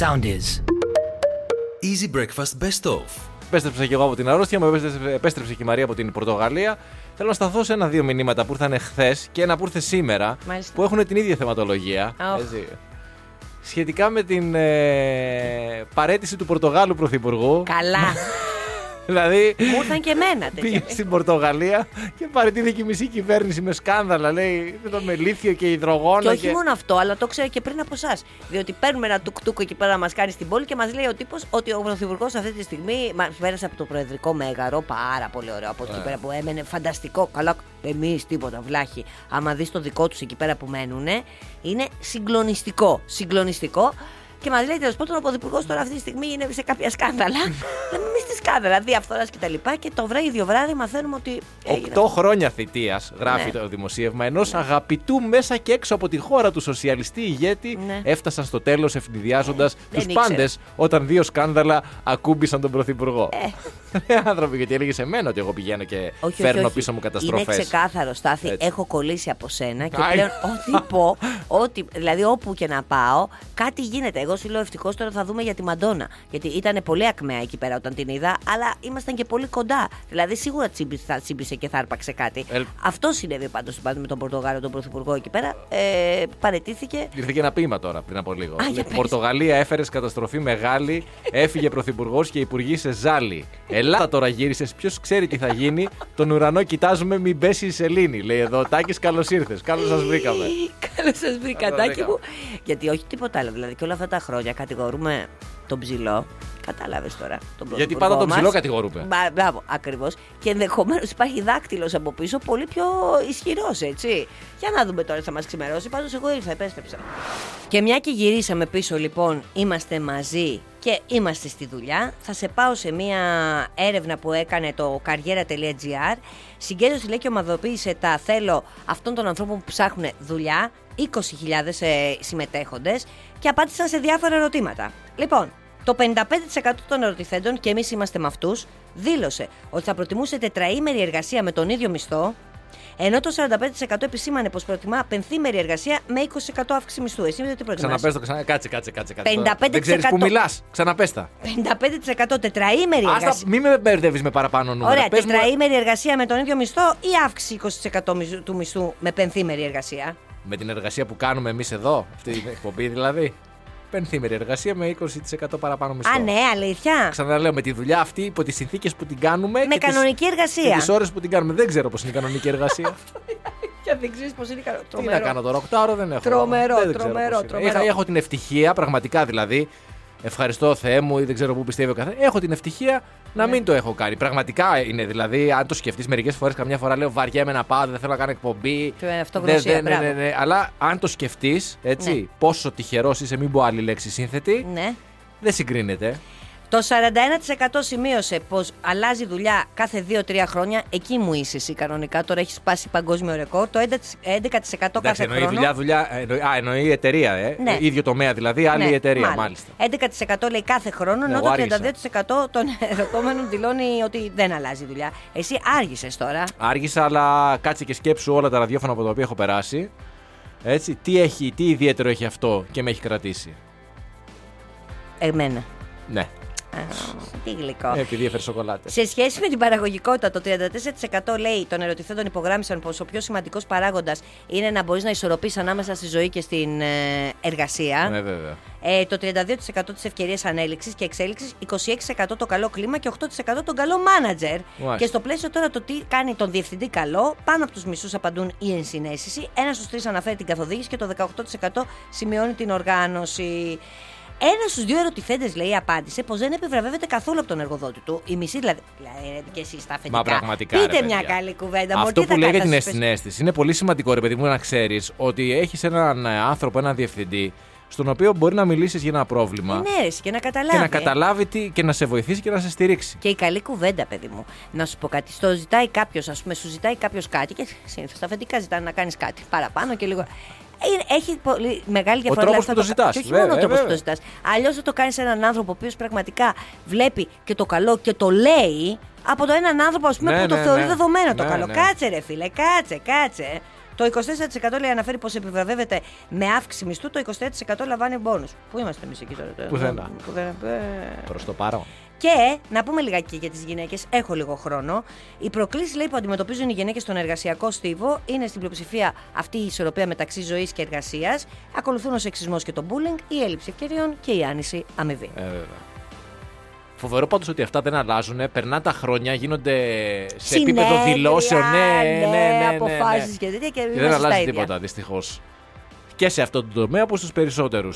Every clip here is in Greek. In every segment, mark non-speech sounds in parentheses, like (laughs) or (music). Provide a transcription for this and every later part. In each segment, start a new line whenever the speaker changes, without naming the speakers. sound is.
Easy Breakfast Best Of.
Επέστρεψα και εγώ από την αρρώστια μου, επέστρεψε- επέστρεψε και η Μαρία από την Πορτογαλία. Θέλω να σταθώ σε ένα-δύο μηνύματα που ήρθαν χθε και ένα που ήρθε σήμερα
Μάλιστα.
που έχουν την ίδια θεματολογία.
Αχ.
Έτσι. Σχετικά με την ε, παρέτηση του Πορτογάλου Πρωθυπουργού.
Καλά.
Δηλαδή,
Μου ήρθαν και
(laughs)
εμένα
πήγε
τέτοια.
στην Πορτογαλία και παρετήθηκε η μισή κυβέρνηση με σκάνδαλα. Λέει με το μελίθιο και υδρογόνο.
Και όχι μόνο αυτό, αλλά το ξέρω και πριν από εσάς. Διότι παίρνουμε ένα τουκτούκο εκεί πέρα να μας κάνει στην πόλη και μας λέει ο τύπος ότι ο Πρωθυπουργός αυτή τη στιγμή μα πέρασε από το Προεδρικό Μέγαρο. Πάρα πολύ ωραίο από
Ε.
εκεί πέρα που έμενε. Φανταστικό. Καλά, εμείς τίποτα, βλάχη. Άμα δεις το δικό τους εκεί πέρα που μένουν, είναι συγκλονιστικό. Συγκλονιστικό. Και μας λέει τέλος πάντων ο Πρωθυπουργός τώρα αυτή τη στιγμή είναι σε κάποια
(laughs)
σκάνδαλα. Λέμε εμεί τι σκάνδαλα, διαφθορά κτλ. Και το βράδυ, δύο βράδυ μαθαίνουμε ότι. έγινε
Οκτώ χρόνια θητείας, γράφει
Ναι.
το δημοσίευμα, ενός αγαπητού μέσα και έξω από τη χώρα του σοσιαλιστή ηγέτη,
Ναι. Ε,
έφτασαν στο τέλος ευνηδιάζοντα
δεν
του
ήξερα.
πάντες όταν δύο σκάνδαλα ακούμπησαν τον Πρωθυπουργό. Ε. άνθρωποι, γιατί έλεγε σε μένα ότι εγώ πηγαίνω και
Όχι,
φέρνω
όχι, όχι.
πίσω μου
Είναι
καταστροφέ.
ξεκάθαρο, Στάθη.
Έτσι.
Έχω κολλήσει από σένα και
Άι.
πλέον ό,τι
(laughs)
πω, ό,τι, δηλαδή όπου και να πάω, κάτι γίνεται. Εγώ σου λέω ευτυχώς τώρα θα δούμε για τη Μαντόνα. Γιατί ήταν πολύ ακμαία εκεί πέρα όταν την είδα, αλλά ήμασταν και πολύ κοντά. Δηλαδή σίγουρα τσίμπησε, θα τσίμπησε και θα άρπαξε κάτι.
Ελ-
Αυτό συνέβη πάντως με τον Πορτογάλο, τον Πρωθυπουργό εκεί πέρα. Ε, παρετήθηκε.
Ήρθε και ένα ποίημα τώρα πριν από λίγο.
Α, για
Λέει,
πες.
Πορτογαλία έφερες καταστροφή μεγάλη, έφυγε πρωθυπουργός και υπουργοί σε ζάλι. Ελλάδα τώρα γύρισες, ποιος ξέρει τι θα γίνει. Τον ουρανό κοιτάζουμε, μην πέσει η σελήνη. Λέει εδώ, Τάκης, καλώς ήρθες. Καλώς σας
(laughs)
βρήκαμε.
Καλώς σας βρήκα,
Καλά
Τάκη
βρήκαμε.
μου. Γιατί όχι τίποτα άλλο. Δηλαδή και όλα αυτά τα χρόνια κατηγορούμε τον ψηλό. Κατάλαβες τώρα. Τον
Γιατί
πρωθυπουργό
πάντα τον
μας.
ψηλό κατηγορούμε.
Μπα- Μπράβο, ακριβώς. Και ενδεχομένως υπάρχει δάκτυλος από πίσω πολύ πιο ισχυρός, έτσι. Για να δούμε τώρα, τι θα μας ξημερώσει. Πάντως, εγώ ήρθα, επέστρεψα. Και μια και γυρίσαμε πίσω, λοιπόν, είμαστε μαζί και είμαστε στη δουλειά. Θα σε πάω σε μια έρευνα που έκανε το καριέρα.gr. Συγκέντρωσε λέει και ομαδοποίησε τα θέλω αυτών των ανθρώπων που ψάχνουν δουλειά. 20.000 ε, συμμετέχοντες και απάντησαν σε διάφορα ερωτήματα. Λοιπόν, το 55% των ερωτηθέντων, και εμείς είμαστε με αυτούς, δήλωσε ότι θα προτιμούσε τετραήμερη εργασία με τον ίδιο μισθό, ενώ το 45% επισήμανε πως προτιμά πενθήμερη εργασία με 20% αύξηση μισθού. Εσύ τι προτιμάς.
Ξαναπέστο, ξανά. Κάτσε, κάτσε, κάτσε. κάτσε.
55%
Δεν ξέρεις που μιλά. Ξαναπέστα.
55% τετραήμερη
Άστα,
εργασία.
μην με μπερδεύεις με παραπάνω νούμερα.
Ωραία,
Πες μου- ε.
τετραήμερη εργασία με τον ίδιο μισθό ή αύξηση 20% μισθού- του μισθού με πενθήμερη εργασία.
Με την εργασία που κάνουμε εμείς εδώ, αυτή την εκπομπή δηλαδή. Πενθήμερη εργασία με 20% παραπάνω μισθό.
Α, ναι, αλήθεια.
Ξαναλέω με τη δουλειά αυτή υπό τις συνθήκες που την κάνουμε.
Με κανονική εργασία.
Τις ώρες που την κάνουμε. Δεν ξέρω πώς είναι η κανονική
(laughs)
εργασία.
Και δεν ξέρεις πώς είναι καλό.
Τι να κάνω τώρα, οκτάωρο δεν έχω.
Τρομερό,
Δεν ξέρω
τρομερό,
πώς είναι.
τρομερό.
Είχα- έχω την ευτυχία, πραγματικά δηλαδή. Ευχαριστώ Θεέ μου ή δεν ξέρω πού πιστεύει ο καθένας. Έχω την ευτυχία
Ναι.
να μην το έχω κάνει. Πραγματικά είναι δηλαδή, αν το σκεφτείς μερικές φορές, καμιά φορά λέω βαριέμαι να πάω, δεν θέλω να κάνω εκπομπή.
Του, ε, αυτό
Δεν-
γνωσία,
δεν- ναι,
μπράβο.
ναι, ναι. Αλλά αν το σκεφτείς, έτσι,
Ναι.
πόσο τυχερός είσαι, μην πω άλλη λέξη σύνθετη,
Ναι.
δεν συγκρίνεται.
Το 41% σημείωσε πως αλλάζει δουλειά κάθε 2-3 χρόνια. Εκεί μου είσαι εσύ κανονικά. Τώρα έχεις σπάσει παγκόσμιο ρεκόρ. Το
Εντάξει,
11% κάθε
εννοεί
χρόνο.
δουλειά, δουλειά. ε, εννοεί- α, εννοεί η εταιρεία, ε.
Ναι.
ίδιο τομέα δηλαδή, άλλη
Ναι,
εταιρεία μάλιστα.
11% λέει κάθε χρόνο,
Ναι,
ενώ
εγώ
το
άργησα.
32% των (laughs) ερωτώμενων δηλώνει ότι δεν αλλάζει δουλειά. Εσύ άργησες τώρα.
Άργησα, αλλά κάτσε και σκέψου όλα τα ραδιόφωνα από τα οποία έχω περάσει. Έτσι, τι, έχει, τι ιδιαίτερο έχει αυτό και με έχει κρατήσει.
Εμένα.
Ναι,
Α, τι γλυκό.
επειδή έφερε σοκολάτες.
Σε σχέση με την παραγωγικότητα, το 34% λέει των ερωτηθέντων υπογράμμισαν πως ο πιο σημαντικός παράγοντας είναι να μπορείς να ισορροπήσει ανάμεσα στη ζωή και στην ε, εργασία.
Ναι, βέβαια.
Ε, το 32% της ευκαιρίας ανέλυξης και εξέλιξης, 26% το καλό κλίμα και 8% τον καλό μάνατζερ.
Μάλιστα.
Και στο πλαίσιο τώρα το τι κάνει τον διευθυντή καλό, πάνω από τους μισούς απαντούν η ενσυναίσθηση, ένας στους τρεις αναφέρει την καθοδήγηση και το 18% σημειώνει την οργάνωση. Ένας στους δύο ερωτηθέντες, λέει, απάντησε πως δεν επιβραβεύεται καθόλου από τον εργοδότη του. Η μισή δηλαδή. Δηλαδή, και εσείς τα αφεντικά.
Μα πραγματικά.
Πείτε
ρε,
μια
παιδιά.
καλή κουβέντα. μωρέ,
Αυτό
τι θα
που λέει για την
κάνετε, θα σας πες-
συνέστηση είναι πολύ σημαντικό, ρε παιδί μου, να ξέρεις ότι έχεις έναν ε, άνθρωπο, έναν διευθυντή, στον οποίο μπορεί να μιλήσεις για ένα πρόβλημα
Ναι, ρε, εσύ, και να
και
καταλάβει.
να
ε.
καταλάβει τι, και να σε βοηθήσει και να σε στηρίξει.
Και η καλή κουβέντα, παιδί μου. Να σου πω κάτι. Στο ζητάει κάποιος, ας πούμε, σου ζητάει κάποιος κάτι και συνήθως τα αφεντικά ζητάνε να κάνεις κάτι παραπάνω και λίγο. Ε, Έχει πολύ μεγάλη διαφορά.
τρόπος
δηλαδή, θα
που το ζητάς,
Και όχι
βέβαια,
μόνο ο τρόπος που
βέβαια.
το ζητάς. Αλλιώς θα το κάνεις σε έναν άνθρωπο ο οποίος πραγματικά βλέπει και το καλό και το λέει από το έναν άνθρωπο ας πούμε,
Ναι,
που το
ναι,
θεωρεί
ναι.
δεδομένο το
Ναι,
καλό.
ναι.
Κάτσε, ρε φίλε, κάτσε, κάτσε. Το 24% λέει αναφέρει πως επιβραβεύεται με αύξηση μισθού, το 23% λαμβάνει μπόνου. Πού είμαστε εμείς εκεί τώρα,
Πουθενά.
Πουθενά. Ε.
Προς το παρόν.
Και να πούμε λιγάκι για τις γυναίκες, έχω λίγο χρόνο. Οι προκλήσεις λέει, που αντιμετωπίζουν οι γυναίκες στον εργασιακό στίβο είναι στην πλειοψηφία αυτή η ισορροπία μεταξύ ζωής και εργασίας. Ακολουθούν ο σεξισμός και το bullying, η έλλειψη ευκαιριών και η άνηση αμοιβή.
Ε, βέβαια. Φοβερό πάντως ότι αυτά δεν αλλάζουν. Περνά τα χρόνια, γίνονται σε επίπεδο
Συνέδρια,
δηλώσεων. Ναι, ναι, ναι. ναι, ναι.
αποφάσεις και τέτοια και είμαστε
δεν
στα
αλλάζει
ίδια. Ναι,
τίποτα δυστυχώς. Και σε αυτό το τομέα, όπως στους περισσότερους.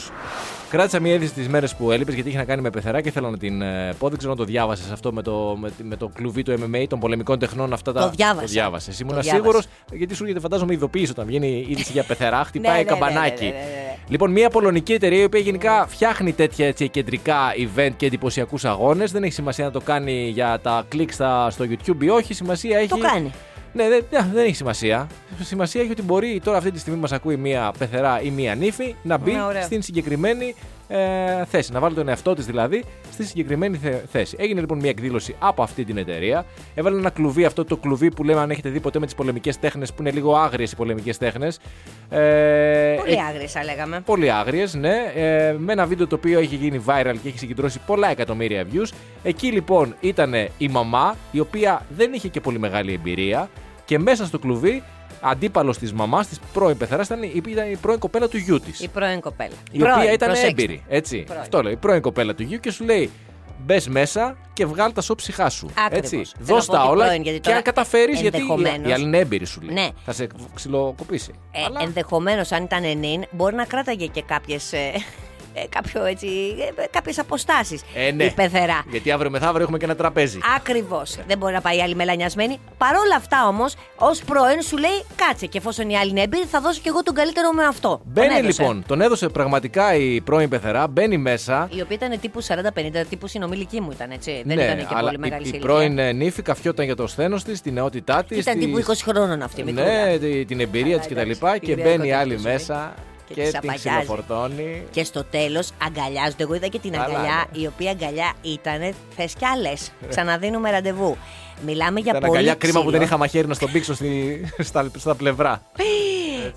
Κράτησα μία είδηση τις μέρες που έλειπες γιατί είχε να κάνει με πεθερά και θέλω να την ε, πω. Δεν ξέρω αν το διάβασες αυτό με το, με, τη- με το κλουβί του MMA των πολεμικών τεχνών. Αυτά τα...
Το διάβασα.
διάβασες.
Το
Ήμουν
διάβασα.
σίγουρος γιατί σου έρχεται φαντάζομαι ειδοποίηση όταν βγαίνει είδηση για
(laughs)
πεθερά.
Ναι, ναι,
Χτυπάει
ναι, ναι,
καμπανάκι.
ναι, ναι, ναι.
Λοιπόν, μια πολωνική εταιρεία η οποία γενικά φτιάχνει τέτοια έτσι, κεντρικά event και εντυπωσιακούς αγώνες. Δεν έχει σημασία να το κάνει για τα κλικ στα- στο YouTube ή όχι. Σημασία έχει.
Το κάνει.
Ναι, δεν, ναι, δεν έχει σημασία. Σημασία έχει ότι μπορεί τώρα αυτή τη στιγμή μας ακούει μία πεθερά ή μία νύφη να μπει
Ναι, ωραία.
στην συγκεκριμένη ε, θέση. Να βάλει τον εαυτό της δηλαδή στη συγκεκριμένη θε- θέση. Έγινε λοιπόν μία εκδήλωση από αυτή την εταιρεία. Έβαλε ένα κλουβί, αυτό το κλουβί που λέμε αν έχετε δει ποτέ με τις πολεμικές τέχνες, που είναι λίγο άγριες οι πολεμικές τέχνες. Ε,
Πολύ άγριες, θα λέγαμε.
Πολύ άγριες, ναι. Ε, με ένα βίντεο το οποίο έχει γίνει viral και έχει συγκεντρώσει πολλά εκατομμύρια views. Εκεί λοιπόν ήταν η μαμά, η οποία δεν είχε και πολύ μεγάλη εμπειρία και μέσα στο κλουβί αντίπαλος της μαμάς, της πρώην πεθεράς, ήταν, η- ήταν η πρώην κοπέλα του γιού της.
Η πρώην κοπέλα.
Η
Πρώην,
οποία ήταν
προσέξτε.
έμπειρη. Έτσι.
Πρώην.
Αυτό λέω. Η πρώην κομπέλα του γιου και σου λέει μπες μέσα και βγάλ τα σώψιχά σου.
Ακριβώς.
Έτσι.
Θέλω
Δώσ'
να πω
τα
ότι
όλα
πρώην, γιατί
και
τώρα
αν καταφέρεις, γιατί
ενδεχομένως-
η άλλη είναι έμπειρη σου λέει.
Ναι.
Θα σε ξυλοκοπήσει.
Ε, Ενδεχομένως, αν ήταν νυν, μπορεί να κράταγε και κάποιες. κάποιο έτσι, κάποιες αποστάσεις
Ε, ναι.
η πεθερά.
Γιατί αύριο μεθαύριο έχουμε και ένα τραπέζι.
Ακριβώς. Δεν μπορεί να πάει η άλλη μελανιασμένη. Παρ' όλα αυτά όμως, ως πρώην σου λέει κάτσε και εφόσον η άλλη είναι έμπειρη, θα δώσω και εγώ τον καλύτερο με αυτό. Τον
Μπαίνει
έδωσε.
λοιπόν, τον έδωσε πραγματικά η πρώην πεθερά, μπαίνει μέσα.
Η οποία ήταν τύπου 40-50, τύπου συνομιλική μου ήταν έτσι. Δεν
ναι,
ήταν και
αλλά
πολύ μεγάλη
η,
σε
η
ηλικία.
πρώην ε, νύφη καφιόταν για το σθένος της, τη νεότητά της.
Ήταν τύπου 20 χρόνων αυτή η μικρούλα.
Ναι, τη- την εμπειρία
Καλά,
τη
εντάξει,
λοιπά
την
Και
εμπειρία
μπαίνει η
κοντά
άλλη
στη ζωή.
μέσα
Και
και
της
την
απαγιάζει.
ξυλοφορτώνει.
Και στο τέλος αγκαλιάζονται. Εγώ είδα και την
Καλά,
αγκαλιά,
ναι.
η οποία αγκαλιά ήταν θες κι άλλες. Ξαναδίνουμε ραντεβού. Μιλάμε για
Ήταν
πολύ.
αγκαλιά κρίμα που
ξύλο.
δεν είχα μαχαίρι να στον πήξω στη, (laughs) στα, στα πλευρά.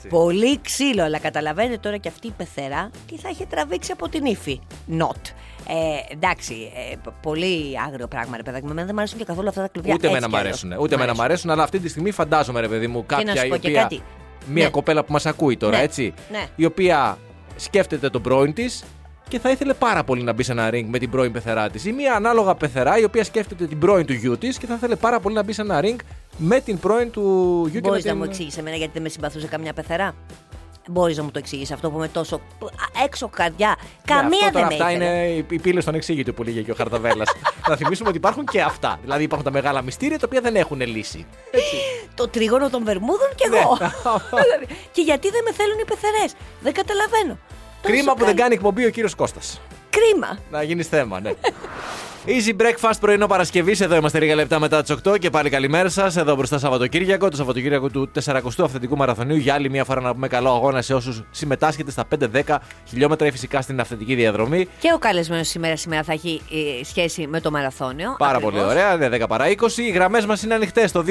Πολύ ξύλο, αλλά καταλαβαίνετε τώρα και αυτή η πεθερά τι θα είχε τραβήξει από την ύφη. Not. Ε, εντάξει, ε, π- πολύ άγριο πράγμα, ρε παιδάκι μου. Εμένα δεν μου αρέσουν και καθόλου αυτά τα κλουβιά.
Ούτε
Έτσι
εμένα
κι
μ'
αλλιώς.
αρέσουν. Ούτε εμένα μ' αρέσουν, αλλά αυτή τη στιγμή φαντάζομαι, ρε παιδί μου,
να
κάποια
σου
η
πω και
οποία.
κάτι.
Μία
Ναι.
κοπέλα που μας ακούει τώρα,
Ναι.
έτσι.
Ναι.
Η οποία σκέφτεται τον πρώην της και θα ήθελε πάρα πολύ να μπει σε ένα ring με την πρώην πεθερά της. Ή μία ανάλογα πεθερά η οποία σκέφτεται την πρώην του γιού της και θα ήθελε πάρα πολύ να μπει σε ένα ring με την πρώην του γιού και με
Μπορεί να
την-
μου εξηγήσεις εμένα γιατί δεν με συμπαθούσε καμιά πεθερά. Μπορείς να μου το εξηγήσεις αυτό που με τόσο π- α, έξω καρδιά.
Ναι,
Καμία
αυτό τώρα
δεν
αυτά
με ήθελε.
είναι οι- οι πύλες των εξήγητων που λέγε και ο
(laughs)
Χαρταβέλλα. να θυμίσουμε ότι υπάρχουν και αυτά. Δηλαδή υπάρχουν τα μεγάλα μυστήρια τα οποία δεν έχουν λύση.
Το τρίγωνο των Βερμούδων κι εγώ.
Ναι.
(laughs) Δηλαδή, και γιατί δεν με θέλουν οι πεθερές. Δεν καταλαβαίνω. Τόσο
Κρίμα που δεν
καλή-
κάνει εκπομπή ο κύριος Κώστας.
Κρίμα.
Να γίνεις θέμα, ναι. Easy breakfast πρωινό Παρασκευής. Εδώ είμαστε λίγα λεπτά μετά τις 8 και πάλι καλημέρα σας. Εδώ μπροστά Σαββατοκύριακο, το Σαββατοκύριακο του 40ου Αυθεντικού Μαραθωνίου. Για άλλη μια φορά να πούμε καλό αγώνα σε όσους συμμετάσχετε στα 5-10 χιλιόμετρα ή φυσικά στην αυθεντική διαδρομή.
Και ο καλεσμένος σήμερα, σήμερα θα έχει ε, σχέση με το μαραθώνιο.
Πάρα
Ακριβώς.
πολύ ωραία, ναι, 10 παρά 20. Οι γραμμές μας είναι ανοιχτές στο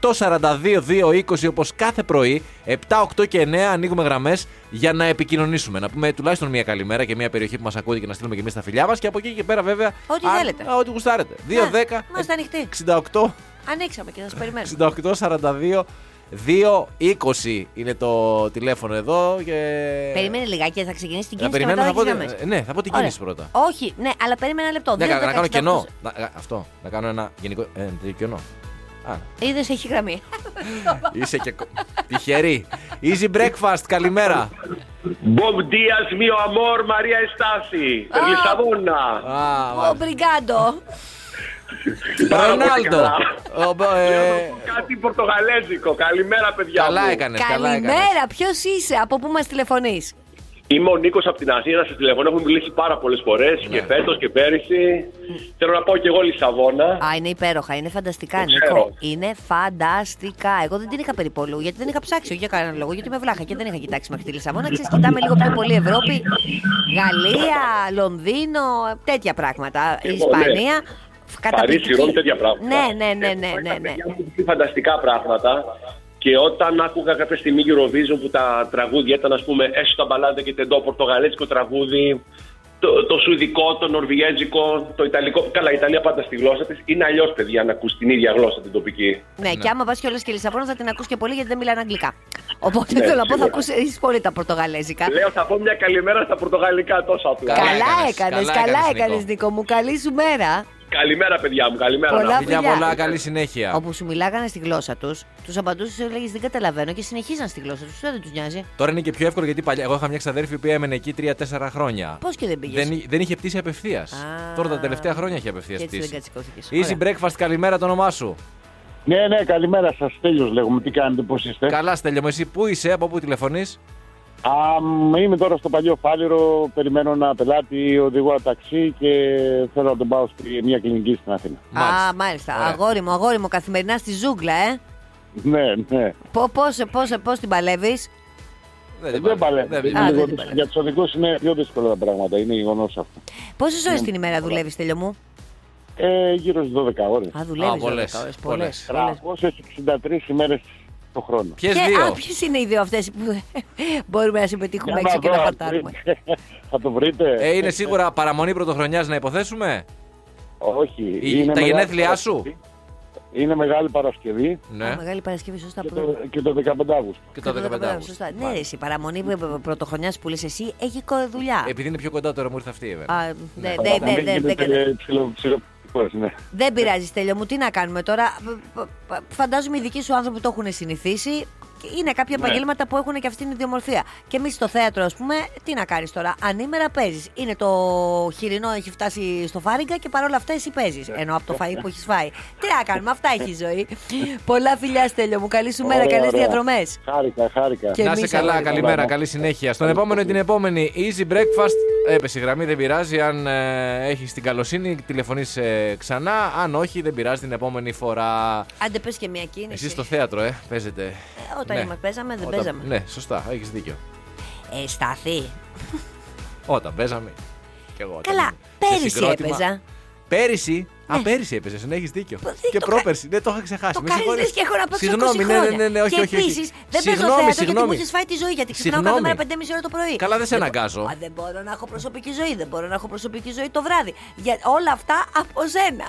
2-10-68-42-220 όπως κάθε πρωί. 7, 8 και 9 ανοίγουμε γραμμές για να επικοινωνήσουμε. Να πούμε τουλάχιστον μια καλημέρα και μια περιοχή που μας ακούτε και να στείλουμε και εμείς τα φιλιά μας. Και από εκεί και πέρα βέβαια.
Ό,τι
αν-
θέλετε. Ναι,
Α, ό,τι γουστάρετε. ε, 2, 10,
είμαστε ανοιχτοί.
68,
Ανοίξαμε και θα σας
68,
περιμένουμε.
42. 2-20 είναι το τηλέφωνο εδώ και...
Περιμένει λιγάκι, θα ξεκινήσει την
Να
κίνηση. και
περιμένω,
μετά
θα πω,
θα έχεις γραμμές.
ναι, θα πω την
Ωραία.
κίνηση πρώτα.
Όχι, ναι, αλλά περίμενα ένα
Ναι,
λεπτό. Δύο,
κα- να
δέκα,
κάνω
εξήντα,
κενό.
οκτώ.
Να- α, αυτό. Να κάνω ένα γενικό. ε, ένα τέτοιο κενό. Α,
Είδες, έχει γραμμή.
είσαι και κο- τυχερή. Easy breakfast, καλημέρα.
Bom dias, mio amor, Maria Estasi, per
Ah.
Lisabona.
Α,
Ο Μπριγκάντο.
Ρονάλντο. Ο, μπο- ε,
Κάτι πορτογαλέζικο. Καλημέρα, παιδιά.
Καλά
μου.
έκανες, καλά έκανες.
Καλημέρα, ποιος είσαι, από πού μας τηλεφωνείς.
Είμαι ο Νίκος από την Αθήνα. Σα τηλεφωνώ. Έχουμε μιλήσει πάρα πολλές φορές
Ναι.
και φέτος και πέρυσι. Θέλω να πάω κι εγώ Λισαβόνα.
Α, είναι υπέροχα, είναι φανταστικά,
Το
Νίκο.
ξέρω.
Είναι φανταστικά. Εγώ δεν την είχα περιπολού, γιατί δεν είχα ψάξει, όχι για κανέναν λόγο, γιατί είμαι βλάχα και δεν είχα κοιτάξει μέχρι τη Λισαβόνα. Ξέρεις, κοιτάμε λίγο πιο πολύ Ευρώπη, Γαλλία, Λονδίνο, τέτοια πράγματα.
Εγώ,
Ισπανία.
Λοιπόν, ναι. Παρίσι, Ρώμη, τέτοια πράγματα.
Ναι, ναι, ναι,
Ε,
ναι,
τα
ναι, ναι.
παιδιά μου έχουν πει Φανταστικά πράγματα. Και όταν άκουγα κάποια στιγμή Eurovision που τα τραγούδια ήταν, ας πούμε, έστω τα μπαλάντα και τεντό, πορτογαλέζικο τραγούδι, το, το σουηδικό, το νορβηγέζικο, το ιταλικό. Καλά, η Ιταλία πάντα στη γλώσσα της. Είναι αλλιώς, παιδιά, να ακούς την ίδια γλώσσα την τοπική.
Ναι, και άμα πα κιόλας και Λισαβόνας θα την ακούς και πολύ γιατί δεν μιλάνε αγγλικά. Οπότε
Ναι,
θέλω να πω θα
σίγουρα.
ακούσει πολύ τα πορτογαλέζικα.
Λέω, θα πω μια καλημέρα στα πορτογαλικά τόσο απλά.
Καλά
Καλά
έκανες,
έκανες,
καλά
καλά
έκανες,
έκανε,
Νίκο.
Νίκο μου. Καλή σου μέρα.
Καλημέρα, παιδιά μου, καλημέρα.
Πολλά
Να-
Φιλιά
Φιλιά.
πολλά, καλή συνέχεια.
Όπου σου μιλάγανε στη γλώσσα τους, τους απαντούσες, έλεγε Δεν καταλαβαίνω και συνεχίζαν στη γλώσσα τους. Δεν τους νοιάζει.
Τώρα είναι και πιο εύκολο γιατί παλιά. Εγώ είχα μια ξαδέρφη που έμενε εκεί 3-4 χρόνια.
Πώς και δεν πήγες.
Δεν, εί- δεν είχε πτήσει απευθεία. Τώρα τα τελευταία χρόνια έχει απευθείας
Και έτσι δεν
πτήσει.
κατσικώθηκε.
Easy breakfast, καλημέρα το όνομά σου.
Ναι, ναι, καλημέρα σας. Τέλειος λέγομαι. Τι κάνετε, πώς είστε.
Καλά, Στέλιο, μου, εσύ πού είσαι, από πού τηλεφωνείς.
Α, μ, είμαι τώρα στο παλιό φάληρο. Περιμένω ένα πελάτη, οδηγό ταξί και θέλω να τον πάω σε μια κλινική στην Αθήνα.
Α, μάλιστα. Αγόρι μου, αγόρι μου, καθημερινά στη ζούγκλα, ε.
Ναι, ναι.
Πώ, πώς, πώς, πώς την παλεύεις.
Ε, Δεν παλεύω.
δεν-
Είναι
Α,
λίγο-
δεν παλεύω.
Για τους οδηγούς είναι πιο δύσκολα τα πράγματα. Είναι γεγονός αυτό.
Πόσες ώρες την ημέρα δουλεύεις, τέλειο μου.
Ε, γύρω στις 12 ώρες.
Α,
Α,
δουλεύει.
πολλές,
Πολλές.
πολλές.
363 ημέρες το χρόνο.
Ποιες δύο.
Ποιες είναι οι δύο αυτές που (laughs) μπορούμε να συμπετύχουμε έξω και
δω, ναι.
να
αν
πατάρουμε.
βρείτε. (laughs) Θα το βρείτε.
Ε, είναι σίγουρα παραμονή πρωτοχρονιάς να υποθέσουμε.
Όχι.
Η- τα
μεγάλη
γενέθλιά σου.
Παρασκευή. Είναι μεγάλη Παρασκευή
Ναι.
Α, Μεγάλη Παρασκευή, σωστά.
και
που-
το, και το 15 Αύγουστο.
Και το 15 Αυγούστου.
Σωστά. Ναι, ρε, εσύ, η παραμονή πρωτοχρονιάς που λες εσύ έχει κο- δουλειά.
Επειδή είναι πιο κοντά τώρα μου ήρθε αυτή η εβδομάδα.
Α, ναι,
Ναι,
ναι, ναι, ναι, ναι, ναι.
ναι.
Δεν πειράζει, τέλειο μου. Τι να κάνουμε τώρα. Π- π- π- Φαντάζομαι οι δικοί σου άνθρωποι το έχουν συνηθίσει. Και Είναι κάποια επαγγέλματα που έχουν και αυτήν την ιδιομορφία. Και εμείς στο θέατρο, ας πούμε, τι να κάνεις τώρα. Ανήμερα παίζεις. Είναι το χοιρινό, έχει φτάσει στο φάριγγα και παρόλα αυτά εσύ παίζεις. Ενώ από το φαΐ που έχεις φάει. Τι να κάνουμε, αυτά έχει η ζωή. Πολλά φιλιά, Στέλιο μου. Καλή σου μέρα,
Ωραία,
καλές
ωραία.
διαδρομές.
Χάρηκα, χάρηκα.
Και
Να είσαι
εμείς
καλά,
αγόρι μου.
καλημέρα,
Καλά.
καλή συνέχεια. Στον επόμενο ή την επόμενη Easy Breakfast. Έπεσε η γραμμή, δεν πειράζει. Αν ε, έχεις την καλοσύνη, τηλεφωνείς ξανά. Αν όχι, δεν πειράζει την επόμενη φορά.
Άντε πες και μια κίνηση.
Εσύ στο θέατρο, ε, παίζετε.
Ε, όταν
Ναι.
ναι. παίζαμε, δεν
Όταν-
παίζαμε.
Ναι, σωστά, έχεις δίκιο.
Ε, στάθη.
Όταν παίζαμε. Κι εγώ. όταν
Καλά,
ήμουν σε
πέρυσι
συγκρότημα.
έπαιζα.
Πέρυσι. Α, πέρυσι έπαιζες, ναι, έχεις δίκιο.
Πο- δεν
Και
το κα-
πρόπερσι. Δεν το είχα ξεχάσει.
Το
με
κάνεις λε
συγχωρείς.
και έχω να παίξω 20
Συγγνώμη, ναι,
χρόνια.
ναι, ναι, ναι, όχι,
και
όχι. όχι.
επίσης δεν παίζω
Συγγνώμη,
θέατρο γιατί μου
συγγνώμη.
έχει φάει τη ζωή. Γιατί ξυπνάω κάθε
Συγγνώμη.
μέρα 5,5 ώρα το πρωί.
Καλά, δεν σε
μπο-
αναγκάζω.
Α, δεν μπορώ να έχω προσωπική ζωή, δεν μπορώ να έχω προσωπική ζωή το βράδυ. Για όλα αυτά από σένα.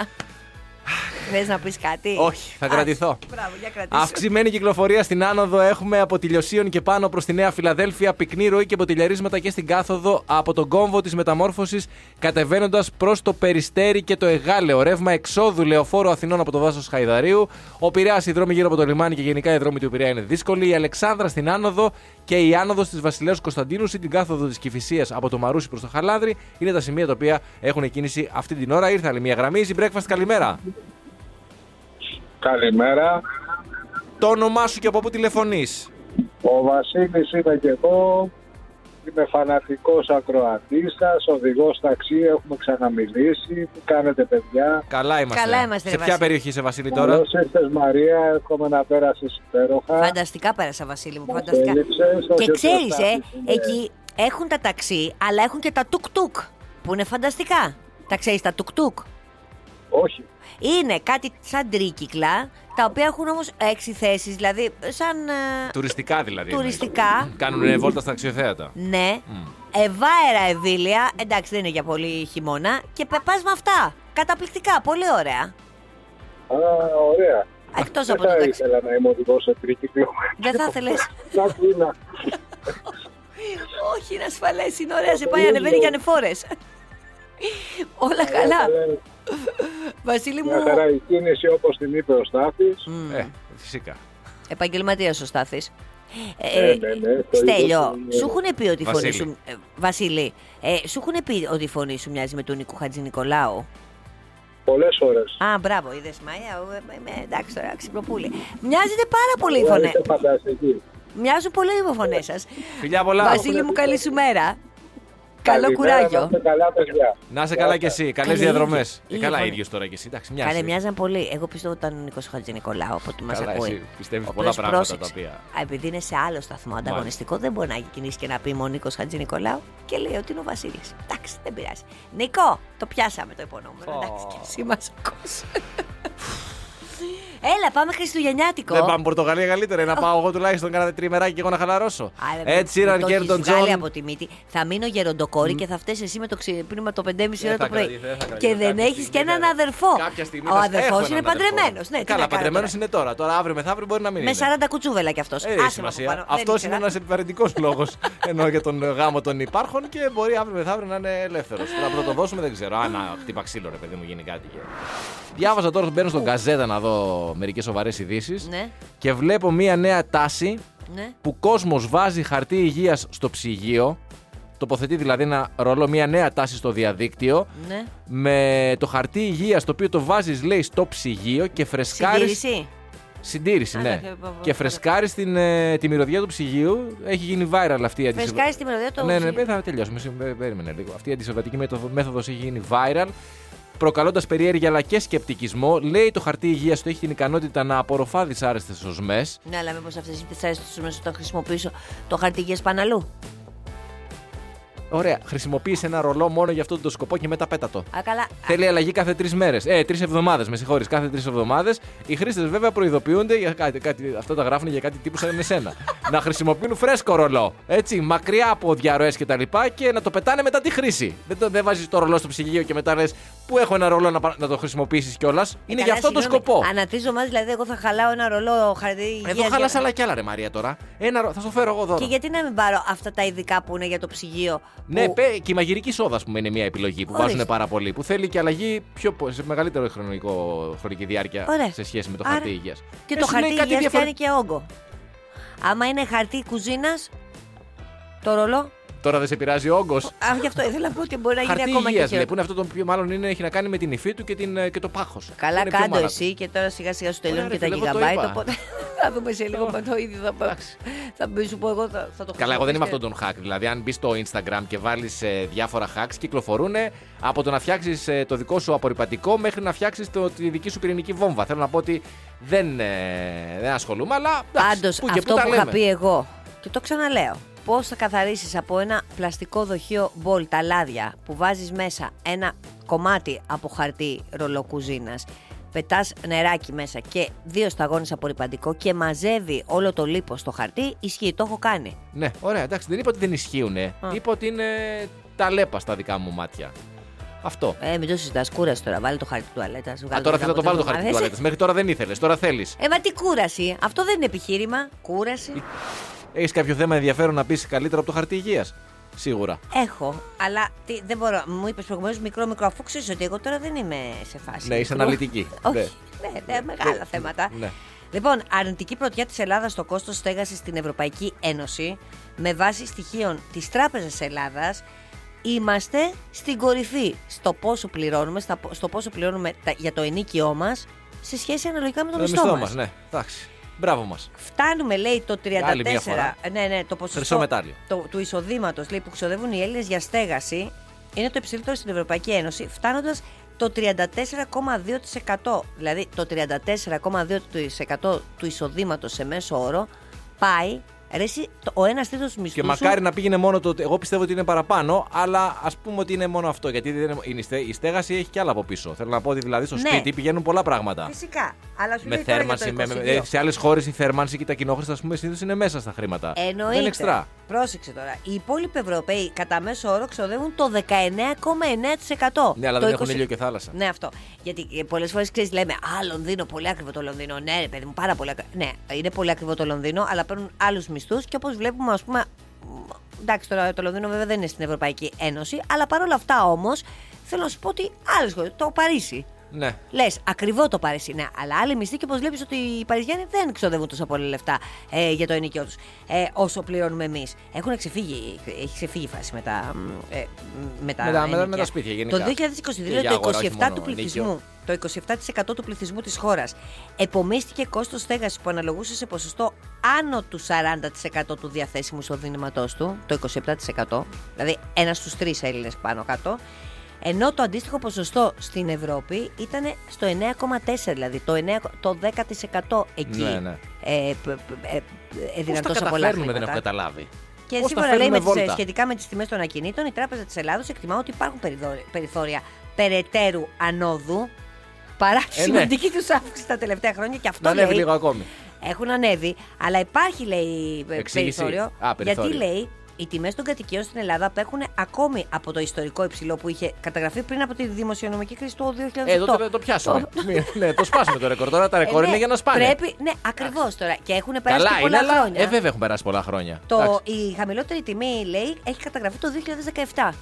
Θες να πεις κάτι.
Όχι, θα
Α,
κρατηθώ.
Μπράβο, για κρατήσω.
Αυξημένη κυκλοφορία στην άνοδο έχουμε από τη Λιωσίων και πάνω προς τη Νέα Φιλαδέλφια, πυκνή ροή και ποτηλιαρίσματα και στην κάθοδο από τον κόμβο της μεταμόρφωσης κατεβαίνοντας προς το Περιστέρι και το Εγάλεο. Ρεύμα εξόδου λεωφόρου Αθηνών από το δάσο Χαϊδαρίου. Ο Πειραιά, οι δρόμοι γύρω από το λιμάνι και γενικά οι δρόμοι του Πειραιά είναι δύσκολοι. Η Αλεξάνδρα στην άνοδο και η άνοδος της Βασιλέως Κωνσταντίνου ή την κάθοδο της Κυφυσίας από το Μαρούσι προς το Χαλάνδρι είναι τα σημεία τα οποία έχουν κίνηση αυτή την ώρα. Ήρθε άλλη μια γραμμή. Easy breakfast, καλημέρα.
Καλημέρα.
Το όνομά σου και από πού τηλεφωνείς.
Ο Βασίλης είμαι και εγώ. Είμαι φανατικός ακροατής σας, οδηγός ταξί, έχουμε ξαναμιλήσει. Τι κάνετε παιδιά.
Καλά είμαστε.
Καλά είμαστε,
Σε
ρε,
ποια
Βασίλη.
περιοχή είσαι, Βασίλη, τώρα.
Καλώς ήρθες Μαρία, εύχομαι να πέρασεις υπέροχα.
Φανταστικά πέρασα, Βασίλη μου,
Μας
φανταστικά.
έλειψες, όχι
Και
ότι
ξέρει,
αυτά
ε,
είναι-
εκεί έχουν τα ταξί, αλλά έχουν και τα τουκ-τουκ που είναι φανταστικά. Τα ξέρεις τα τουκ-τουκ.
Όχι.
Είναι κάτι σαν τρίκυκλα, τα οποία έχουν όμως έξι θέσεις, δηλαδή σαν ε,
Τουριστικά δηλαδή.
τουριστικά.
Κάνουν βόλτα στα αξιοθέατα.
Ναι. Ευάερα ευήλια, εντάξει δεν είναι για πολύ χειμώνα και πε- πας με αυτά. Καταπληκτικά, πολύ ωραία.
Α, ωραία.
Εκτός
Δεν
από το
θα
ταξί.
ήθελα να είμαι οδηγός σε τρίκυκλο.
(laughs) Δεν θα ήθελες.
Να κλείνα.
Όχι, είναι ασφαλές, είναι ωραία, σε πάει ανεβαίνει και ανεφόρες. Όλα καλά. Βασίλη μου,
Μια χαρά η κίνηση όπως την είπε ο Στάθης.
Ε, φυσικά.
επαγγελματίας ο Στάθης.
Ε, ναι, ναι, το
Στέλιο,
είδος είναι-
σου έχουν πει ότι η φωνή
Βασίλη.
σου. ε, Βασίλη, ε, σου έχουν πει ότι η φωνή σου μοιάζει με τον Νίκο Χατζηνικολάου.
Πολλές ώρες.
Α, μπράβο, είδες Μαία. ε, ε, ε, Εντάξει τώρα, ξυπνοπούλη. Μοιάζετε πάρα πολύ οι φωνέ.
Είστε φανταστικοί.
Μοιάζουν πολύ οι φωνές σας.
Φιλιά πολλά.
Βασίλη μου, καλή σου μέρα. Καλό
Καλημέρα, να
κουράγιο.
είστε καλά παιδιά.
Να είσαι καλά κι εσύ. Καλές
Καλή
διαδρομές.
ίδια.
Ε,
Ίδια
καλά,
φωνή.
ίδιος τώρα κι εσύ. Εντάξει, μοιάζει.
Καλέ, μοιάζαν πολύ. Εγώ πιστεύω ότι ήταν ο Νίκος Χατζηνικολάου από ό,τι μας
Καλά,
ακούει.
εσύ πιστεύεις
Ο
πολλά
οποίος
πράγματα τα
πρόσεξε.
οποία-
Α, Επειδή είναι σε άλλο σταθμό ανταγωνιστικό, δεν μπορεί να κινήσει και να πει μου ο Νίκος Χατζηνικολάου και λέει ότι είναι ο Βασίλης. Εντάξει, δεν πειράζει. Νίκο, το πιάσαμε το υπονόμενο. Εντάξει, και εσύ μας ακούς. (laughs) Έλα, πάμε Χριστουγεννιάτικο.
Δεν πάμε Πορτογαλία καλύτερα. Ε, Να πάω εγώ τουλάχιστον κάνα τριημεράκι και εγώ να χαλαρώσω.
Άρα,
Έτσι, Σίραν
ε, το έχεις
Κέρτον
βγάλει
Τζον.
από τη μύτη. Θα μείνω γεροντοκόρη και θα φταίει εσύ με το ξυπνήμα το 5,5 ώρα
Ε, θα
το πρωί.
κρατηθεί, δεν θα κρατηθεί.
και δεν
Κάποια
έχεις και
στιγμή
έναν
θα-
αδερφό.
Κάποια στιγμή
Ο
θα
αδερφός
έχω
είναι
έναν αδερφό.
παντρεμένος. Ναι, τι να
Καλά,
κάνω
παντρεμένος
τώρα.
είναι τώρα. Τώρα αύριο μεθαύριο μπορεί να μην
Με
Ε, είναι.
40 κουτσούβελα κι αυτός.
Ε, έχει σημασία. Αυτό είναι ένας επιβαρυντικός λόγος. Ενώ για τον ε, γάμο των υπάρχων και μπορεί αύριο μεθαύριο να είναι ελεύθερος. Τώρα να το δώσουμε δεν ξέρω. Αν χτύπα ξύλο, ρε παιδί μου, γίνει κάτι. και- Διάβαζα τώρα, μπαίνω στον καζέτα να δω μερικές σοβαρές ειδήσεις
Ναι.
και βλέπω μία νέα τάση
Ναι.
που κόσμος βάζει χαρτί υγείας στο ψυγείο. Τοποθετεί δηλαδή ένα ρολό, μία νέα τάση στο διαδίκτυο.
Ναι.
Με το χαρτί υγείας το οποίο το βάζεις, λέει, στο ψυγείο και φρεσκάρεις.
Συντήρηση.
Συντήρηση,
Α,
ναι.
κάποια-
Και φρεσκάρεις την, ε, τη μυρωδιά του ψυγείου. Έχει γίνει viral αυτή η αντισυμβατική.
Φρεσκάρεις τη μυρωδιά του
Ναι, ναι,
ψυγείου.
ναι, θα τελειώσουμε. Συ- πε- Περίμενε λίγο. Αυτή η αντισυμβατική μέθοδο έχει γίνει viral. Προκαλώντας περιέργεια αλλά και σκεπτικισμό, λέει το χαρτί υγείας του έχει την ικανότητα να απορροφά δυσάρεστες οσμέ.
Ναι, αλλά μήπως αυτές οι τεσσάρε του μέσα όταν χρησιμοποιήσω το χαρτί γε παναλού.
Ωραία, χρησιμοποίησε ένα ρολό μόνο για αυτόν τον σκοπό και μετά πέτα το.
Α, καλά.
Θέλει αλλαγή κάθε τρεις μέρες. Ε, τρεις εβδομάδες, με συγχωρείς, κάθε τρεις εβδομάδες. Οι χρήστες βέβαια προειδοποιούνται για κάτι, κάτι. Αυτά τα γράφουν για κάτι τύπου σαν
(laughs)
εσένα. να χρησιμοποιούν φρέσκο ρολό. Έτσι, μακριά από διαρροές και τα λοιπά και να το πετάνε μετά τη χρήση. Δεν, το, δεν βάζεις το ρολό στο ψυγείο και μετά λες Πού έχω ένα ρολό να, πα- να το χρησιμοποιήσεις κιόλας.
Ε,
Είναι για αυτό το σκοπό.
Ανατρίζω μαζί, δηλαδή, εγώ θα χαλάω ένα ρολό χαρτί.
Εδώ
υγείας
χάλασε
για-
άλλα κι άλλα, ρε Μαρία τώρα. Ένα, ρο- θα στο φέρω εγώ εδώ.
Και γιατί να μην πάρω αυτά τα ειδικά που είναι για το ψυγείο.
Ναι,
που-
πέ, και η μαγειρική σόδα, ας πούμε, είναι μια επιλογή που
Ορίστε.
βάζουν πάρα πολύ. Που θέλει και αλλαγή πιο, πο- σε μεγαλύτερο χρονικό, χρονική διάρκεια
Ωραία.
σε σχέση με το
Άρα
χαρτί Ε, ναι, υγείας.
Και το χαρτί υγείας πιάνει και όγκο. Άμα είναι χαρτί κουζίνας, το ρολό.
Τώρα δεν σε πειράζει ο όγκος.
Α, γι' αυτό ήθελα να πω ότι μπορεί να γίνει
Χαρτί
ακόμα και
υγείας, λέει,
χειρότερο.
που είναι αυτό το οποίο μάλλον είναι, έχει να κάνει με την υφή του και, την, ε, και το πάχος.
Καλά, κάντο εσύ και τώρα σιγά σιγά σου τελειώνει
Ωραία,
και τα
ρε φίλε, εγώ το
γιγαμπάιτ.
είπα.
Οπότε θα δούμε σε λίγο με το ίδιο. Θα, πάω. θα μπει σου πω εγώ θα, θα το
Καλά, εγώ δεν είμαι αυτόν
χρησιμοποιήσω.
τον hack. Δηλαδή, αν μπεις στο Instagram και βάλεις διάφορα hacks, κυκλοφορούν από το να φτιάξεις το δικό σου απορριπαντικό μέχρι να φτιάξεις τη δική σου πυρηνική βόμβα. Θέλω να πω ότι δεν, ε, δεν ασχολούμαι, αλλά. εντάξει,
Πάντως,
που και
αυτό
τα
που είχα
λέμε.
πει εγώ και το ξαναλέω. Πώς θα καθαρίσεις από ένα πλαστικό δοχείο μπολ τα λάδια που βάζεις μέσα ένα κομμάτι από χαρτί ρολό κουζίνα, πετάς νεράκι μέσα και δύο σταγόνες απορριπαντικό και μαζεύει όλο το λίπος στο χαρτί, ισχύει, το έχω κάνει.
Ναι, ωραία, εντάξει, δεν είπα ότι δεν ισχύουν. Είπα ότι είναι ταλέπα στα δικά μου μάτια. Αυτό.
Ε, μην το συζητάς, κούρασε τώρα, βάλε το χαρτί τουαλέτας.
Α, τώρα θέλω να το βάλω το χαρτί του Μέχρι τώρα δεν ήθελες, τώρα θέλεις.
Ε, μα τι κούραση. Αυτό δεν είναι επιχείρημα. Κούραση.
Έχεις κάποιο θέμα ενδιαφέρον να πεις καλύτερα από το χαρτί υγείας. Σίγουρα.
Έχω, αλλά τι, δεν μπορώ. Μου είπες προηγουμένως μικρό μικρό, αφού ξέρεις ότι εγώ τώρα δεν είμαι σε φάση.
Ναι, είσαι
μικρού.
αναλυτική. Ναι.
Όχι, ναι, ναι, μεγάλα θέματα.
Ναι.
Λοιπόν, αρνητική πρωτιά της Ελλάδας στο κόστος στέγασης στην Ευρωπαϊκή Ένωση με βάση στοιχείων της Τράπεζας Ελλάδας. Είμαστε στην κορυφή στο πόσο πληρώνουμε, στα- στο πόσο πληρώνουμε τα- για το ενίκιό μας σε σχέση αναλογικά με το μισθό,
μισθό
μας.
μας, ναι. Εντάξει. Μπράβο μας.
Φτάνουμε, λέει, το 34.
Για άλλη μια φορά.
Ναι, ναι, το ποσοστό
Χρυσό μετάλλιο.
το- του εισοδήματος που ξοδεύουν οι Έλληνες για στέγαση είναι το υψηλότερο στην Ευρωπαϊκή Ένωση, φτάνοντας το 34,2%. Δηλαδή, το 34,2% του εισοδήματος σε μέσο όρο πάει. Ρε, εσύ, το- ο ένας τρίτο μισθού.
Και
σου-
μακάρι να πήγαινε μόνο το. Εγώ πιστεύω ότι είναι παραπάνω, αλλά ας πούμε ότι είναι μόνο αυτό. Γιατί δεν είναι- είναι η στε- η στέγαση έχει κι άλλα από πίσω. Θέλω να πω ότι δηλαδή στο
Ναι.
σπίτι πηγαίνουν πολλά πράγματα.
Φυσικά. Αλλά σου
Με
λέει τώρα για το
θέρμανση, με, με-
22.
σε άλλες χώρες η θέρμανση και τα κοινόχρηστα, ας πούμε, συνήθως είναι μέσα στα χρήματα. Δεν είναι εξτρά.
Εννοείται. Πρόσεξε τώρα. Οι υπόλοιποι Ευρωπαίοι κατά μέσο όρο ξοδεύουν το 19,9%.
Ναι, αλλά
το
δεν έχουν ήλιο και θάλασσα.
Ναι, αυτό. Γιατί πολλές φορές ξέρεις, λέμε Α, Λονδίνο, πολύ ακριβό το Λονδίνο. Ναι, ρε παιδί μου, πάρα πολύ ακριβό. Ναι, είναι πολύ ακριβό το Λονδίνο, αλλά παίρνουν άλλους μισθούς και όπως βλέπουμε, ας πούμε. μ, Εντάξει, τώρα το Λονδίνο βέβαια δεν είναι στην Ευρωπαϊκή Ένωση, αλλά παρόλα αυτά όμως θέλω να σου πω ότι άλλες χώρες. Το Παρίσι.
Ναι.
Λες, ακριβό το Παρίσι, ναι. Αλλά άλλοι μισθοί και όπω βλέπεις ότι οι Παριζιάνοι δεν ξοδεύουν τόσα πολλά λεφτά ε, για το ενοικιό τους ε, όσο πληρώνουμε εμείς. Έχουν ξεφύγει, έχει ξεφύγει η φάση με τα. μ, Ε, μ, με, τα
Με τα- με τα- με τα
ενοικιά.
σπίτια γενικά.
Το 2022
Και για
το
αγορά, όχι
27% του
μόνο
πληθυσμού.
ενοίκιο.
Το 27% του πληθυσμού της χώρας επομίστηκε κόστος στέγασης που αναλογούσε σε ποσοστό άνω του 40% του διαθέσιμου εισοδήματός του, το 27%, δηλαδή ένας στους τρεις Έλληνες πάνω κάτω, ενώ το αντίστοιχο ποσοστό στην Ευρώπη ήταν στο 9,4, δηλαδή το, 9, το 10% εκεί.
Ναι, ναι.
Ε, π- π- ε, ε,
Πώς τα
δυνατό από πολλά
καταφέρνουμε, δεν έχω
χρήματα.
καταλάβει.
Και
Πώς τα
σίγουρα λέει με
φέρνουμε
τις, ε,
βόλτα.
σχετικά με τις τιμές των ακινήτων, η Τράπεζα της Ελλάδος εκτιμά ότι υπάρχουν περιδόρ- περιθώρια περαιτέρου ανόδου Παρά τη
Ε, ναι.
σημαντική τους αύξηση τα τελευταία χρόνια και αυτό
Να ανέβει
λέει,
λίγο ακόμη.
Έχουν ανέβει, αλλά υπάρχει λέει ε,
Εξήγηση.
περιθώριο.
Α, περιθώριο.
Γιατί λέει οι τιμές των κατοικιών στην Ελλάδα απέχουν ακόμη από το ιστορικό υψηλό που είχε καταγραφεί πριν από τη δημοσιονομική κρίση του 2008.
Ε, εδώ το, το πιάσαμε.
Το-
Μη- ναι, το σπάσαμε το ρεκόρ. Τώρα τα
Ε,
ρεκόρ
ναι,
είναι για να σπάνε.
Πρέπει, ναι, ακριβώς τώρα. Και έχουν περάσει
Καλά
και
είναι,
πολλά
αλλά.
χρόνια.
Ε, βέβαια έχουν περάσει πολλά χρόνια.
το,
Εντάξει,
η χαμηλότερη τιμή, λέει, έχει καταγραφεί το 2017.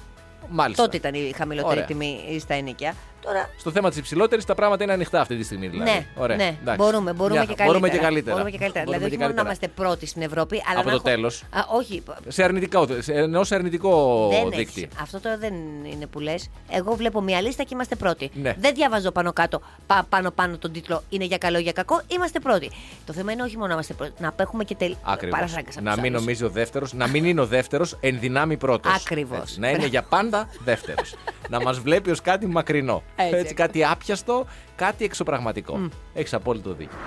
Μάλιστα.
Τότε ήταν η χαμηλότερη
Ωραία.
τιμή στα ενοικιά. Τώρα
Στο θέμα της υψηλότερης, τα πράγματα είναι ανοιχτά αυτή τη στιγμή. Δηλαδή.
ναι,
Ωραία.
ναι.
εντάξει.
μπορούμε, μπορούμε,
Μια
και
χαρά.
καλύτερα.
μπορούμε και καλύτερα.
Μπορούμε και καλύτερα.
Μπορούμε
δηλαδή,
και
όχι μόνο να
καλύτερα.
είμαστε πρώτοι στην Ευρώπη, αλλά.
Από
να
το
έχω-
τέλος.
Α, όχι.
Σε αρνητικό, σε- ενώ σε αρνητικό
δεν έχεις.
δίκτυο.
Αυτό τώρα δεν είναι που λες. Εγώ βλέπω μια λίστα και είμαστε πρώτοι.
Ναι.
Δεν διαβάζω πάνω κάτω, πα- πάνω πάνω τον τίτλο Είναι για καλό ή για κακό. Είμαστε πρώτοι. Το θέμα είναι όχι μόνο να είμαστε πρώτοι, να απέχουμε και τελ...
Ακριβώς.
παραθράκες από
Να
τους
μην
άλλους.
νομίζει ο δεύτερος, να μην είναι ο δεύτερος, εν δυνάμει πρώτος.
Ακριβώς.
Να είναι για πάντα δεύτερος. να μας βλέπει ως κάτι μακρινό.
Έτσι,
κάτι άπιαστο, κάτι εξωπραγματικό. Έχεις απόλυτο δίκιο.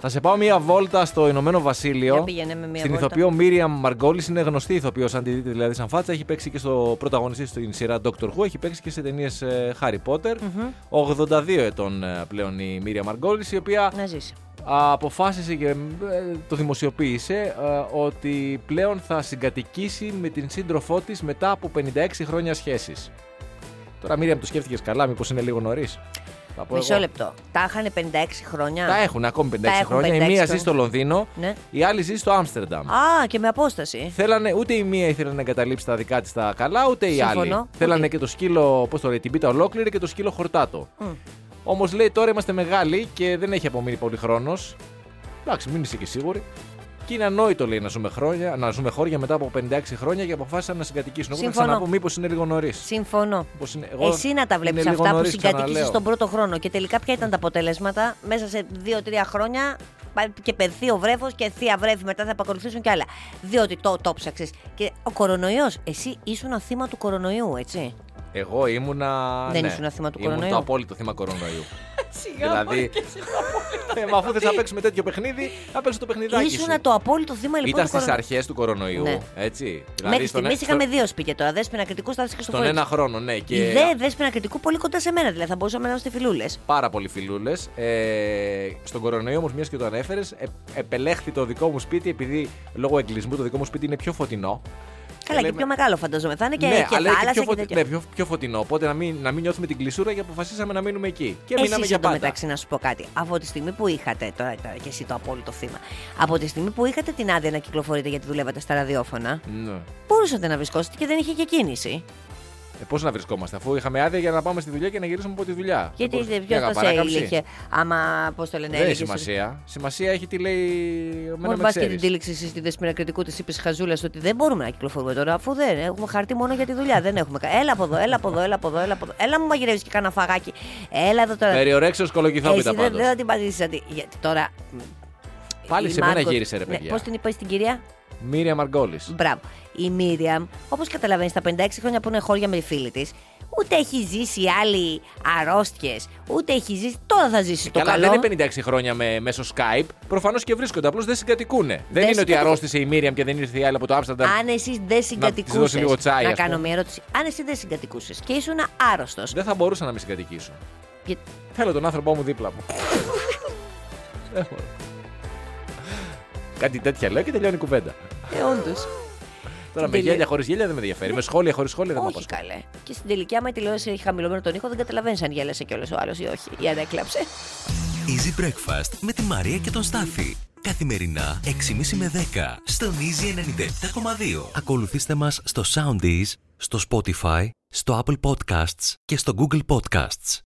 Θα σε πάω μία βόλτα στο Ηνωμένο Βασίλειο.
Για πήγαινε με μία
στην
βόλτα.
ηθοποιό Μίριαμ Μαργκόλης είναι γνωστή ηθοποιό, αν τη δείτε δηλαδή σαν φάτσα. Έχει παίξει και στο πρωταγωνιστή στην σειρά Doctor Who, έχει παίξει και σε ταινίες Harry Potter. 82 ετών ε, πλέον η Μίριαμ Μαργκόλης, η οποία
Να ζήσει.
αποφάσισε και ε, το δημοσιοποίησε ε, ότι πλέον θα συγκατοικήσει με την σύντροφό της μετά από 56 χρόνια σχέσης. Τώρα Μίριαμ το σκέφτηκες καλά, μήπως είναι λίγο νωρίς. Θα πω
Μισό
εγώ.
λεπτό. Τα είχαν 56 χρόνια.
Τα έχουν ακόμη 56
έχουν
χρόνια.
56
η μία ζει
χρόνια.
στο Λονδίνο,
Ναι.
η άλλη ζει στο Άμστερνταμ.
Α, και με απόσταση.
Θέλανε, ούτε η μία ήθελε να εγκαταλείψει τα δικά της τα καλά, ούτε η
Συμφωνώ.
άλλη.
Ούτε.
Θέλανε και το σκύλο, πώς το λέει, την πίτα ολόκληρη και το σκύλο χορτάτο.
Μμ.
Όμως λέει τώρα είμαστε μεγάλοι και δεν έχει απομείνει πολύ χρόνος. Εντάξει, μην είσαι και σίγουρη. Και είναι ανόητο λέει να ζούμε, χρόνια, να ζούμε χώρια μετά από 56 χρόνια και αποφάσισαν να συγκατοικήσουν. Εγώ θα
Συμφωνώ.
ξαναπώ, μήπως είναι λίγο νωρίς.
Συμφωνώ.
Είναι, εγώ
Εσύ να τα βλέπεις
είναι λίγο
αυτά που
νωρίς,
συγκατοικήσει
ξαναλέω.
τον πρώτο χρόνο και τελικά ποια ήταν τα αποτελέσματα. Μέσα σε 2-3 χρόνια πα- και παιδί ο βρέφος και θεία βρέφη μετά θα επακολουθήσουν κι άλλα. Διότι το, το ψάξες. Και ο κορονοϊός, εσύ ήσουν θύμα του κορονοϊού, έτσι.
Εγώ ήμουνα.
Δεν
ναι,
ήσουν θύμα του
ήμουν
κορονοϊού.
το απόλυτο θύμα
(laughs)
κορονοϊού. δηλαδή. ε, μα αφού θε να παίξουμε τέτοιο παιχνίδι, να παίξω το παιχνιδάκι. σου.
Ήσουν το απόλυτο θύμα
Ήταν
λοιπόν του
στις
κορονοϊού.
αρχές του κορονοϊού.
Ναι.
Έτσι. Δηλαδή,
Μέχρι
στον- ε,
στιγμή
στο-
είχαμε δύο σπίτια τώρα. Δέσπινα κριτικού, στάθη και στο
Στον ένα χρόνο, ναι.
Και...
Και
Η δε δέσπινα κριτικού πολύ κοντά σε μένα, δηλαδή θα μπορούσαμε να είμαστε φιλούλες.
πάρα πολλοί φιλούλες. Ε, στον κορονοϊό όμως, μιας και το ανέφερες, επελέχθη το δικό μου σπίτι επειδή λόγω εγκλισμού το δικό μου σπίτι είναι πιο φωτεινό.
Καλά, και
Ε, λέμε-
πιο μεγάλο φανταζόμαι. Θα είναι και,
ναι,
και
αλλά και
θάλασσα
πιο,
και,
φωτι-
τέτοιο.
ναι, πιο, πιο φωτεινό. Οπότε να μην, να μην νιώθουμε την κλεισούρα και αποφασίσαμε να μείνουμε εκεί. Και μείναμε
Εσείς
για
εν τω
πάντα.
μεταξύ να σου πω κάτι. Από τη στιγμή που είχατε. Τώρα, τώρα και εσύ το απόλυτο θύμα. Από τη στιγμή που είχατε την άδεια να κυκλοφορείτε γιατί δουλεύατε στα ραδιόφωνα,
Ναι.
μπορούσατε να βρισκόσετε και δεν είχε και κίνηση.
Ε, Πώς να βρισκόμαστε, αφού είχαμε άδεια για να πάμε στη δουλειά και να γυρίσουμε από τη δουλειά.
Γιατί
Ε, πώς-
ποιο
για
θα σε
παράκαμψη.
έλεγε. Άμα, πώς το λένε,
Δεν έχει
έλεγες-
σημασία. Σημασία έχει τι λέει. εμένα
Μόνο
με
πα και
ξέρεις.
την τήληξη εσύ στη δεσμήνα κριτικού της είπες Χαζούλας ότι δεν μπορούμε να κυκλοφορούμε τώρα, αφού δεν έχουμε χαρτί μόνο για τη δουλειά. Δεν έχουμε. κα- Έλα από εδώ, έλα από εδώ, έλα από εδώ, έλα από εδώ. Έλα μου μαγειρεύεις και κανένα φαγάκι. Έλα εδώ τώρα.
Περιορέξεως κολοκυθόπιτα
Εσύ δεν,
πάντως.
δεν θα την πατήσεις, αντί- Γιατί τώρα.
Πάλι
η
σε μένα
Μάργκοτ-
γύρισε, ρε,
Ναι,
παιδιά.
Πώς την είπα στην κυρία,
Μύρια Μαργκόλης.
Μπράβο. Η Μίριαμ, όπως καταλαβαίνεις, τα 56 χρόνια που είναι χώρια με τη φίλη της, ούτε έχει ζήσει άλλη αρρώστιες, ούτε έχει ζήσει. Τώρα θα ζήσει το
Καλά,
καλό.
δεν είναι 56 χρόνια με, μέσω Skype. Προφανώς και βρίσκονται. Απλώς δεν συγκατοικούν. Δεν, είναι ότι
συγκατοικούν.
αρρώστησε η Μίριαμ και δεν ήρθε η άλλη από το Άμστερνταμ.
Αν εσύ δεν
της δώσει
συγκατοικούσες.
λίγο τσάι, ας
κάνω
πούμε.
μια ερώτηση. Αν εσύ δεν συγκατοικούσες και ήσουν άρρωστος.
Δεν θα μπορούσα να με συγκατοικήσω. Θέλω τον άνθρωπό μου δίπλα
(laughs)
μου. Δεν μπορώ. Κάτι τέτοια λέω και τελειώνει η κουβέντα.
Ε, όντως.
Τώρα με
τελεία.
γέλια χωρίς γέλια δεν με ενδιαφέρει. Με σχόλια χωρίς σχόλια δεν μου
Όχι καλέ. Και στην τελική, άμα η τηλεόραση έχει χαμηλωμένο τον ήχο, δεν καταλαβαίνεις αν γέλασε κιόλας ο άλλος ή όχι. Ή αν έκλαψε.
Easy Breakfast με τη Μαρία και τον Στάφη. Καθημερινά 6.30 με 10 στον Easy 97.2. Ακολουθήστε μας στο Soundees, στο Spotify, στο Apple Podcasts και στο Google Podcasts.